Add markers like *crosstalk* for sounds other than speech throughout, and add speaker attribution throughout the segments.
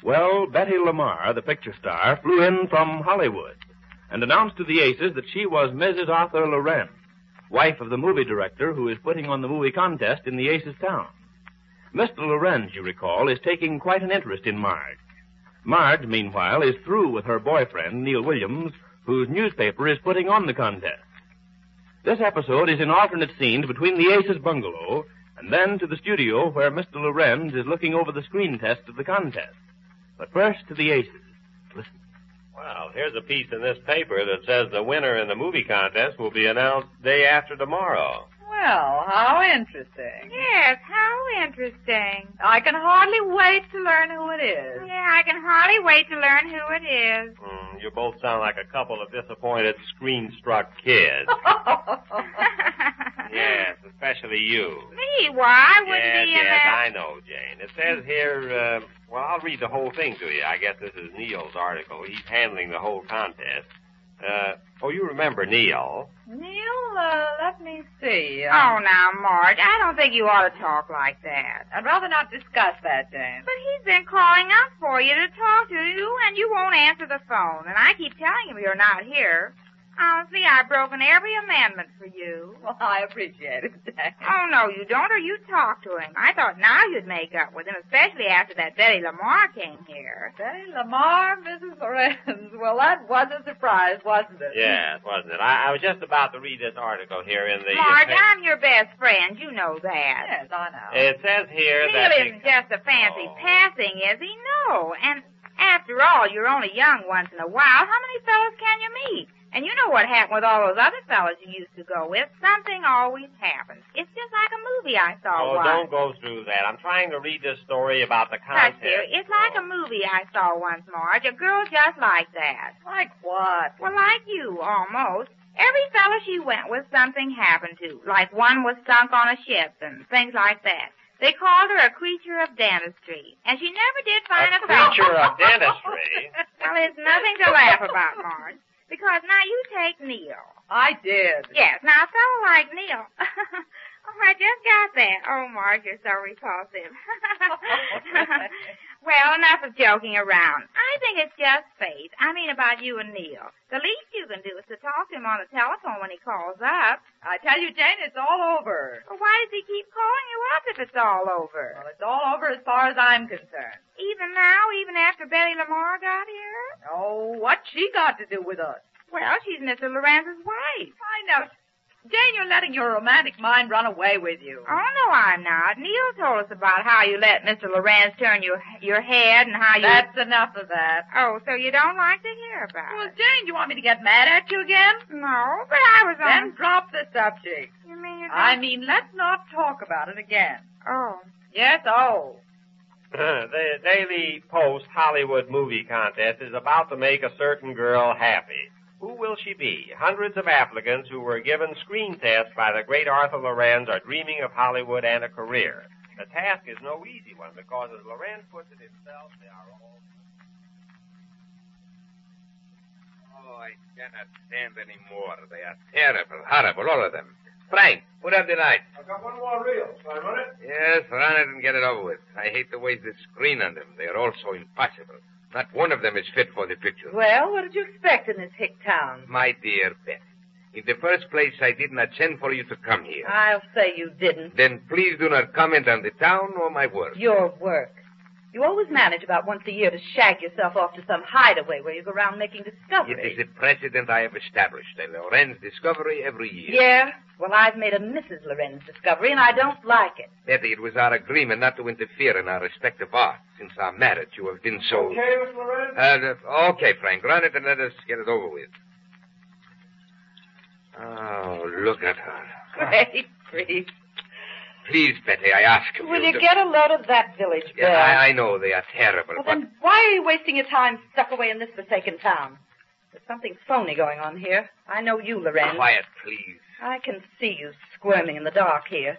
Speaker 1: Well, Betty Lamar, the picture star, flew in from Hollywood and announced to the Aces that she was Mrs. Arthur Loren, wife of the movie director who is putting on the movie contest in the Aces town. Mr. Loren, you recall, is taking quite an interest in Marge. Marge, meanwhile, is through with her boyfriend, Neil Williams, whose newspaper is putting on the contest. This episode is in alternate scenes between the Aces bungalow and then to the studio where Mr. Lorenz is looking over the screen test of the contest. But first to the aces. Listen.
Speaker 2: Well, here's a piece in this paper that says the winner in the movie contest will be announced day after tomorrow.
Speaker 3: Well, how interesting.
Speaker 4: Yes, how interesting.
Speaker 3: I can hardly wait to learn who it
Speaker 4: *laughs*
Speaker 3: is.
Speaker 4: Yeah, I can hardly wait to learn who it is. *laughs*
Speaker 2: Hmm, you both sound like a couple of disappointed, screen-struck
Speaker 3: *laughs*
Speaker 2: kids. yes, especially you.
Speaker 4: Me, why? I wouldn't
Speaker 2: yes,
Speaker 4: be in
Speaker 2: yes,
Speaker 4: a-
Speaker 2: I know, Jane. It says here, uh, well, I'll read the whole thing to you. I guess this is Neil's article. He's handling the whole contest. Uh, oh, you remember Neil.
Speaker 3: Neil, uh, let me see.
Speaker 4: Oh,
Speaker 3: Um,
Speaker 4: now, Marge, I don't think you ought to talk like that.
Speaker 3: I'd rather not discuss that, Jane.
Speaker 4: But he's been calling up for you to talk to you, and you won't answer the phone. And I keep telling him you're not here. Honestly, I've broken every amendment for you.
Speaker 3: Well, I appreciate it, Jane.
Speaker 4: Oh, no, you don't, or you talk to him. I thought now you'd make up with him, especially after that Betty Lamar came here.
Speaker 3: Betty Lamar, Mrs. Lorenz. Well, that was a surprise, wasn't it?
Speaker 2: Yes, wasn't it? I, I was just about to read this article here in the.
Speaker 4: Marge,
Speaker 2: uh,
Speaker 4: I'm your best friend. You know that.
Speaker 3: Yes, I know.
Speaker 2: It says here that.
Speaker 4: Neil
Speaker 2: the-
Speaker 4: isn't just a fancy
Speaker 2: Oh.
Speaker 4: passing, is he? No. And after all, you're only young once in a while. How many fellows can you meet? And you know what happened with all those other fellows you used to go with. Something always happens. It's just like a movie I saw
Speaker 2: Oh,
Speaker 4: once.
Speaker 2: don't go through that. I'm trying to read this story about the
Speaker 4: Look
Speaker 2: contest.
Speaker 4: here, It's like a movie I saw once, Marge. A girl just like that.
Speaker 3: Like what?
Speaker 4: Well, like you, almost. Every fellow she went with, something happened to. Like one was sunk on a ship and things like that. They called her a creature of dentistry. And she never did find a,
Speaker 2: a
Speaker 4: fellow.
Speaker 2: creature
Speaker 4: *laughs*
Speaker 2: of dentistry.
Speaker 4: Well, there's nothing to laugh about, Marge. Because now you take Neil.
Speaker 3: *laughs* I did.
Speaker 4: Yes, now a fellow like Neil. *laughs* oh, I just got that. Oh, Marge, you're so repulsive. *laughs* well, enough of joking around. I think it's just faith. I mean about you and Neil. The least you can do is to talk to him on the telephone when he calls up.
Speaker 3: I tell you, Jane, it's all over.
Speaker 4: Well, why does he keep calling you up if it's all over?
Speaker 3: Well, it's all over as far as I'm concerned.
Speaker 4: Even now, even after Betty Lamar got here?
Speaker 3: Oh, what she got to do with us?
Speaker 4: Well, she's Mr. Lorenzo's wife.
Speaker 3: I know. Jane, you're letting your romantic mind run away with you.
Speaker 4: Oh no, I'm not. Neil told us about how you let Mr. Lorenz turn your your head and how you.
Speaker 3: That's enough of that.
Speaker 4: Oh, so you don't like to hear about
Speaker 3: Well,
Speaker 4: it?
Speaker 3: Jane, you want me to get mad at you again?
Speaker 4: No, but I was
Speaker 3: Then
Speaker 4: on.
Speaker 3: drop the subject.
Speaker 4: you mean you
Speaker 3: I mean, let's not talk about it again.
Speaker 4: Oh.
Speaker 3: Yes, oh.
Speaker 2: *laughs* the Daily Post Hollywood Movie Contest is about to make a certain girl happy. Who will she be? Hundreds of applicants who were given screen tests by the great Arthur Lorenz are dreaming of Hollywood and a career. The task is no easy one because, as Lorenz puts it himself, they are all.
Speaker 5: Oh, I cannot stand any more. They are terrible, horrible, all of them. Frank, put up the light.
Speaker 6: I've got one more reel. Shall I run it?
Speaker 5: Yes, run it and get it over with. I hate the way they screen on them. They are all so impossible. Not one of them is fit for the picture.
Speaker 3: Well, what did you expect in this hick town?
Speaker 5: My dear Beth, in the first place, I did not send for you to come here.
Speaker 3: I'll say you didn't.
Speaker 5: Then please do not comment on the town or my work.
Speaker 3: Your work. You always manage about once a year to shag yourself off to some hideaway where you go around making discoveries.
Speaker 5: It is a precedent I have established, a Lorenz discovery every year.
Speaker 3: Yeah? Well, I've made a Mrs. Lorenz discovery, and I don't like it. *laughs*
Speaker 5: Betty, it was our agreement not to interfere in our respective arts. Since our marriage, you have been so...
Speaker 6: Okay, Miss Lorenz?
Speaker 5: Uh, okay, Frank, run it and let us get it over with. Oh, look at her.
Speaker 3: Great grief.
Speaker 5: Please, Betty, I ask of you.
Speaker 3: Will you
Speaker 5: do-
Speaker 3: get a load of that village, Bill?
Speaker 5: Yeah, I, I know they are terrible,
Speaker 3: Well,
Speaker 5: but
Speaker 3: then why are you wasting your time stuck away in this forsaken town? There's something phony going on here. I know you, Loren.
Speaker 5: quiet, please.
Speaker 3: I can see you squirming in the dark here.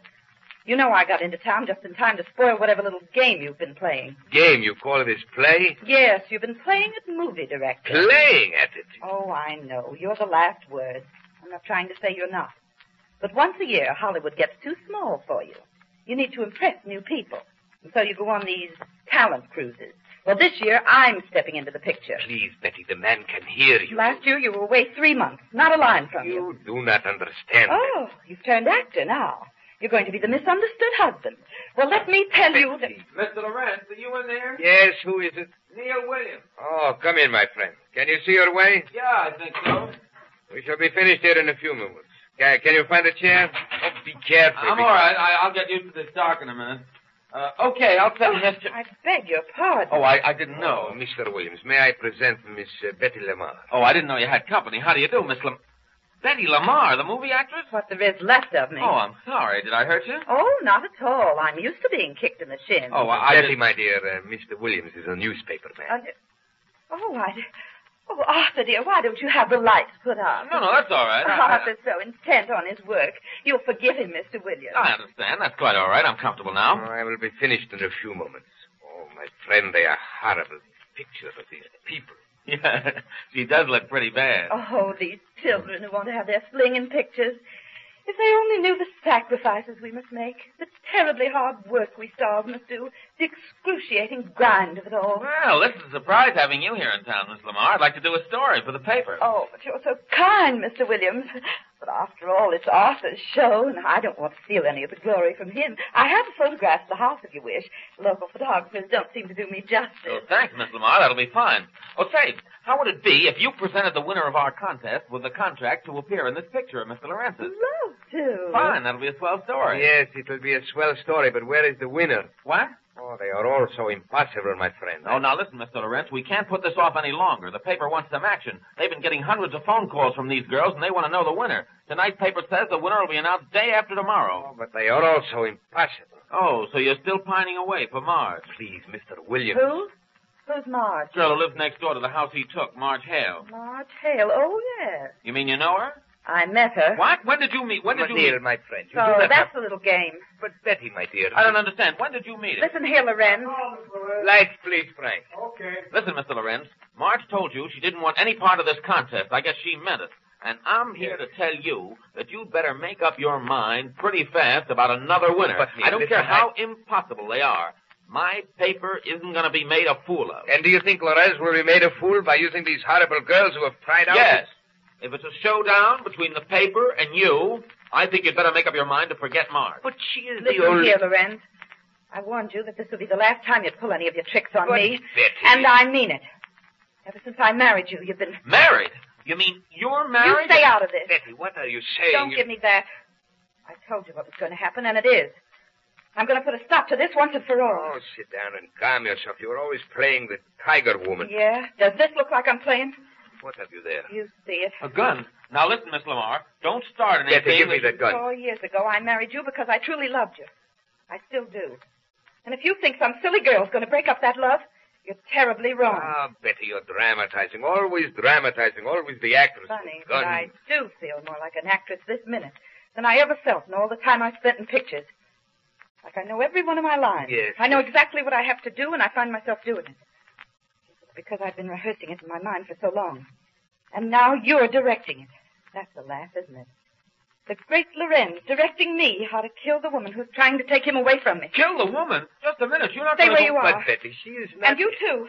Speaker 3: You know I got into town just in time to spoil whatever little game you've been playing.
Speaker 5: Game, you call this play?
Speaker 3: Yes, you've been playing at movie director.
Speaker 5: Playing at it.
Speaker 3: Oh, I know. You're the last word. I'm not trying to say you're not. But once a year, Hollywood gets too small for you. You need to impress new people. And so you go on these talent cruises. Well, this year, I'm stepping into the picture.
Speaker 5: Please, Betty, the man can hear you.
Speaker 3: Last year, you were away three months. Not a line from you.
Speaker 5: You do not understand.
Speaker 3: Oh, you've turned actor now. You're going to be the misunderstood husband. Well, let me tell you that...
Speaker 6: Mr. Lorenz, are you in there?
Speaker 5: Yes, who is it?
Speaker 6: Neil Williams.
Speaker 5: Oh, come in, my friend. Can you see your way?
Speaker 6: Yeah, I think so.
Speaker 5: We shall be finished here in a few moments. Can, can you find a chair? Oh, be careful.
Speaker 6: I'm
Speaker 5: be-
Speaker 6: all right. I, I'll get used to this dark in a minute. Uh, okay, I'll tell you. Mr.
Speaker 3: I beg your pardon.
Speaker 6: Oh, I, I didn't
Speaker 5: No,
Speaker 6: know.
Speaker 5: Mr. Williams, may I present Miss uh, Betty Lamar?
Speaker 6: Oh, I didn't know you had company. How do you do, Miss Lam... Betty Lamar, the movie actress?
Speaker 3: What there is left of me.
Speaker 6: Oh, I'm sorry. Did I hurt you?
Speaker 3: Oh, not at all. I'm used to being kicked in the shin.
Speaker 6: Oh, I, I
Speaker 5: Betty,
Speaker 6: just...
Speaker 5: my dear, uh, Mr. Williams is a newspaper man.
Speaker 3: And- oh, I. Oh, Arthur, dear, why don't you have the lights put on?
Speaker 6: No, no, that's all right. I,
Speaker 3: Arthur's so intent on his work. You'll forgive him, Mr. Williams.
Speaker 6: I, I understand. That's quite all right. I'm comfortable
Speaker 5: Oh,
Speaker 6: now.
Speaker 5: I will be finished in a few moments. Oh, my friend, they are horrible pictures of these people.
Speaker 6: Yeah, she does look pretty bad.
Speaker 3: Oh, these children who want to have their fling in pictures. If they only knew the sacrifices we must make, the terribly hard work we stars must do, the excruciating grind of it all.
Speaker 6: Well, this is a surprise having you here in town, Miss Lamar. I'd like to do a story for the paper.
Speaker 3: Oh, but you're so kind, Mr. Williams. But after all, it's Arthur's show, and I don't want to steal any of the glory from him. I have a photograph of the house, if you wish. Local photographers don't seem to do me
Speaker 6: Well,
Speaker 5: Oh.
Speaker 3: justice.
Speaker 6: Oh, thanks, Miss Lamar. That'll be fine. Oh, say, how would it be if you presented the winner of our contest with a contract to appear in this picture of Mr. Lawrence's?
Speaker 3: Love to.
Speaker 6: Fine, that'll be a swell story.
Speaker 5: Yes, it'll be a swell story, but where is the winner?
Speaker 6: What?
Speaker 5: Oh, they are all so impossible, my friend.
Speaker 6: Oh, now listen, Mr. Lawrence, we can't put this off any longer. The paper wants some action. They've been getting hundreds of phone calls from these girls, and they want to know the winner. Tonight's paper says the winner will be announced day after tomorrow.
Speaker 5: Oh, but they are all so impossible.
Speaker 6: Oh, so you're still pining away for Marge.
Speaker 5: Please, Mr. Williams.
Speaker 3: Who? Who's Marge?
Speaker 6: Girl who lives next door to the house he took, Marge Hale.
Speaker 3: Marge Hale. Oh, yes.
Speaker 6: You mean you know her?
Speaker 3: I met her.
Speaker 6: What? When did you meet? When
Speaker 5: My
Speaker 6: did you meet?
Speaker 5: dear, my friend, you
Speaker 3: So
Speaker 5: do not
Speaker 3: that's
Speaker 5: have...
Speaker 3: a little game.
Speaker 5: But Betty, my dear...
Speaker 6: I don't understand. When did you meet her?
Speaker 3: Listen here, Loren.
Speaker 5: Lights, please, Frank.
Speaker 6: Listen, Mr. Lorenz, Marge told you she didn't want any part of this contest. I guess she meant it. And I'm here to tell you that you'd better make up your mind pretty fast about another winner.
Speaker 5: But, Neil,
Speaker 6: I don't
Speaker 5: listen,
Speaker 6: care how impossible they are. My paper isn't going to be made a fool of.
Speaker 5: And do you think Lorez will be made a fool by using these horrible girls who have tried out?
Speaker 6: yes. If it's a showdown between the paper and you, I think you'd better make up your mind to forget Marge.
Speaker 5: But she is
Speaker 3: Listen
Speaker 5: the only...
Speaker 3: here, Loren. I warned you that this would be the last time you'd pull any of your tricks on
Speaker 5: But,
Speaker 3: me.
Speaker 5: Betty.
Speaker 3: And uh, I mean it. Ever since I married you, you've been...
Speaker 6: Married? You mean you're
Speaker 3: You
Speaker 6: married?
Speaker 3: stay out of this.
Speaker 5: Betty, what are you saying?
Speaker 3: Don't
Speaker 5: You-
Speaker 3: give me that. I told you what was going to happen, and it is. I'm going to put a stop to this once and for all.
Speaker 5: Oh, sit down and calm yourself. You're always playing the tiger woman.
Speaker 3: Yeah? Does this look like I'm playing?
Speaker 5: What have you there?
Speaker 3: You see it.
Speaker 6: A gun. Now listen, Miss Lamar, don't start anything.
Speaker 5: Betty, give me
Speaker 6: that
Speaker 5: the gun.
Speaker 3: Four years ago, I married you because I truly loved you. I still do. And if you think some silly girl's going to break up that love, you're terribly wrong.
Speaker 5: Ah, Betty, you're dramatizing. Always dramatizing. Always the actress. with
Speaker 3: Funny,
Speaker 5: gun.
Speaker 3: but I do feel more like an actress this minute than I ever felt in all the time I spent in pictures. Like I know every one of my lines.
Speaker 5: Yes,
Speaker 3: I know exactly what I have to do, and I find myself doing it. It's because I've been rehearsing it in my mind for so long. And now you're directing it. That's a laugh, isn't it? The great Lorenz directing me how to kill the woman who's trying to take him away from me.
Speaker 6: Kill the woman? Just a minute. You're not
Speaker 3: Stay
Speaker 6: going
Speaker 3: where you
Speaker 5: But,
Speaker 3: are.
Speaker 5: Betty, she is not...
Speaker 3: And you too.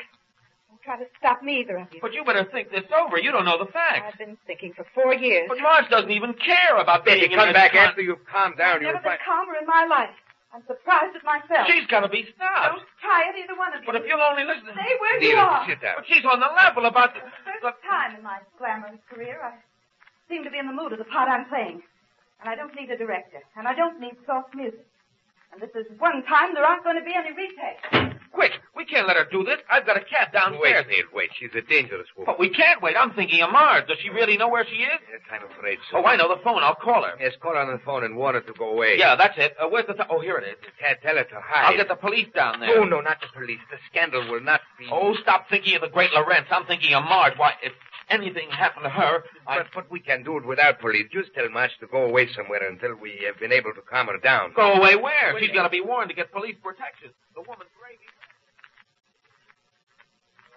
Speaker 3: Don't try to stop me, either of you.
Speaker 6: But you better think this over. You don't know the facts.
Speaker 3: I've been thinking for four years.
Speaker 6: But Marge doesn't even care about
Speaker 5: Betty,
Speaker 6: being in
Speaker 5: come
Speaker 6: this
Speaker 5: back
Speaker 6: con-
Speaker 5: after you've calmed down. You'll
Speaker 3: Never
Speaker 5: find...
Speaker 3: been calmer in my life. I'm surprised at myself.
Speaker 6: She's got to be stopped.
Speaker 3: Don't try it, either one of you.
Speaker 6: But if you'll only listen.
Speaker 3: Stay where you
Speaker 5: Neil,
Speaker 3: are.
Speaker 5: sit down.
Speaker 6: But she's on the level about. The...
Speaker 3: First
Speaker 6: Look,
Speaker 3: time in my glamorous career, I seem to be in the mood of the part I'm playing. And I don't need a director. And I don't need soft music. And this is one time there aren't going to be any retakes.
Speaker 6: Quick! We can't let her do this. I've got a cat
Speaker 5: Wait,
Speaker 6: downstairs.
Speaker 5: Nate, wait. She's a dangerous woman.
Speaker 6: But we can't wait. I'm thinking of Marge. Does she really know where she is?
Speaker 5: Yes, I'm afraid so.
Speaker 6: Oh, I know the phone. I'll call her.
Speaker 5: Yes, call her on the phone and warn her to go away.
Speaker 6: Yeah, that's it. Uh, where's the? Th- oh, here it is.
Speaker 5: Ted, tell her to hide.
Speaker 6: I'll get the police down there.
Speaker 5: No, no, not the police. The scandal will not be.
Speaker 6: Oh, stop thinking of the great Lorenz. I'm thinking of Marge. Why, if anything happened to her,
Speaker 5: but,
Speaker 6: I'd
Speaker 5: but we can do it without police. Just tell Marge to go away somewhere until we have been able to calm her down.
Speaker 6: go away where? She's got to be warned to get police protection. The woman's crazy.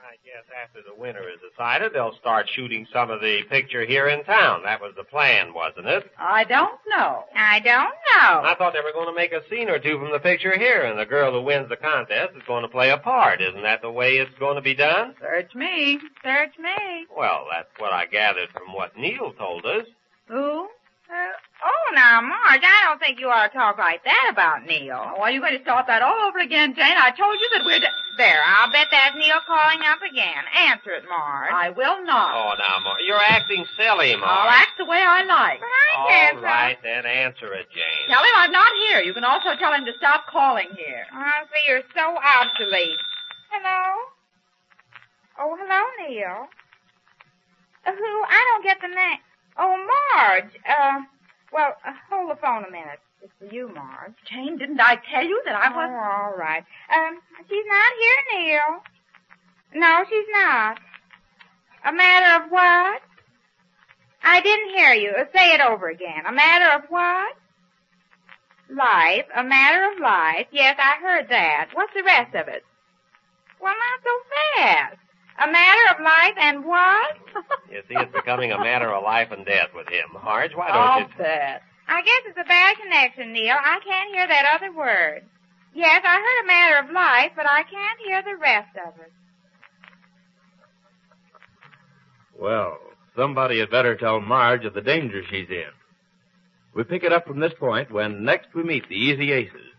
Speaker 2: I guess after the winter is decided, they'll start shooting some of the picture here in town. That was the plan, wasn't it?
Speaker 3: I don't know.
Speaker 4: I don't
Speaker 5: Oh.
Speaker 4: know.
Speaker 2: I thought they were going to make a scene or two from the picture here, and the girl who wins the contest is going to play a part. Isn't that the way it's going to be done?
Speaker 3: Search me.
Speaker 4: Search me.
Speaker 2: Well, that's what I gathered from what Neil told us.
Speaker 4: Who? Uh, oh, now, Marge, I don't think you ought to talk like that about Neil.
Speaker 3: Oh, are you going to start that all over again, Jane? I told you that we're. d
Speaker 4: There, I'll bet that's Neil calling up again. Answer it, Marge.
Speaker 3: I will not.
Speaker 2: Oh, now, Mar- you're acting silly, Marge.
Speaker 3: I'll act the way I like.
Speaker 4: But I
Speaker 2: All
Speaker 4: guess
Speaker 2: right, then answer it, Jane.
Speaker 3: Tell him I'm not here. You can also tell him to stop calling here.
Speaker 4: I... Honestly, you're so obsolete. Hello? Oh, hello, Neil. Uh, Who? I don't get the name. Oh, Marge. Uh, well, uh, hold the phone a minute. It's for you, Marge.
Speaker 3: Jane, didn't I tell you that I
Speaker 4: Oh,
Speaker 3: was?
Speaker 4: all right. Um, she's not here, Neil. No, she's not. A matter of what? I didn't hear you. Uh, Say it over again. A matter of what? Life. A matter of life. Yes, I heard that. What's the rest of it? Well, not so fast. A matter of life and what?
Speaker 2: You see, it's becoming a matter of life and death with him, Marge. Why
Speaker 4: Oh,
Speaker 2: don't you...
Speaker 3: bet.
Speaker 4: I guess it's a bad connection, Neil. I can't hear that other word. Yes, I heard a matter of life, but I can't hear the rest of it.
Speaker 1: Well, somebody had better tell Marge of the danger she's in. We pick it up from this point when next we meet the Easy Aces.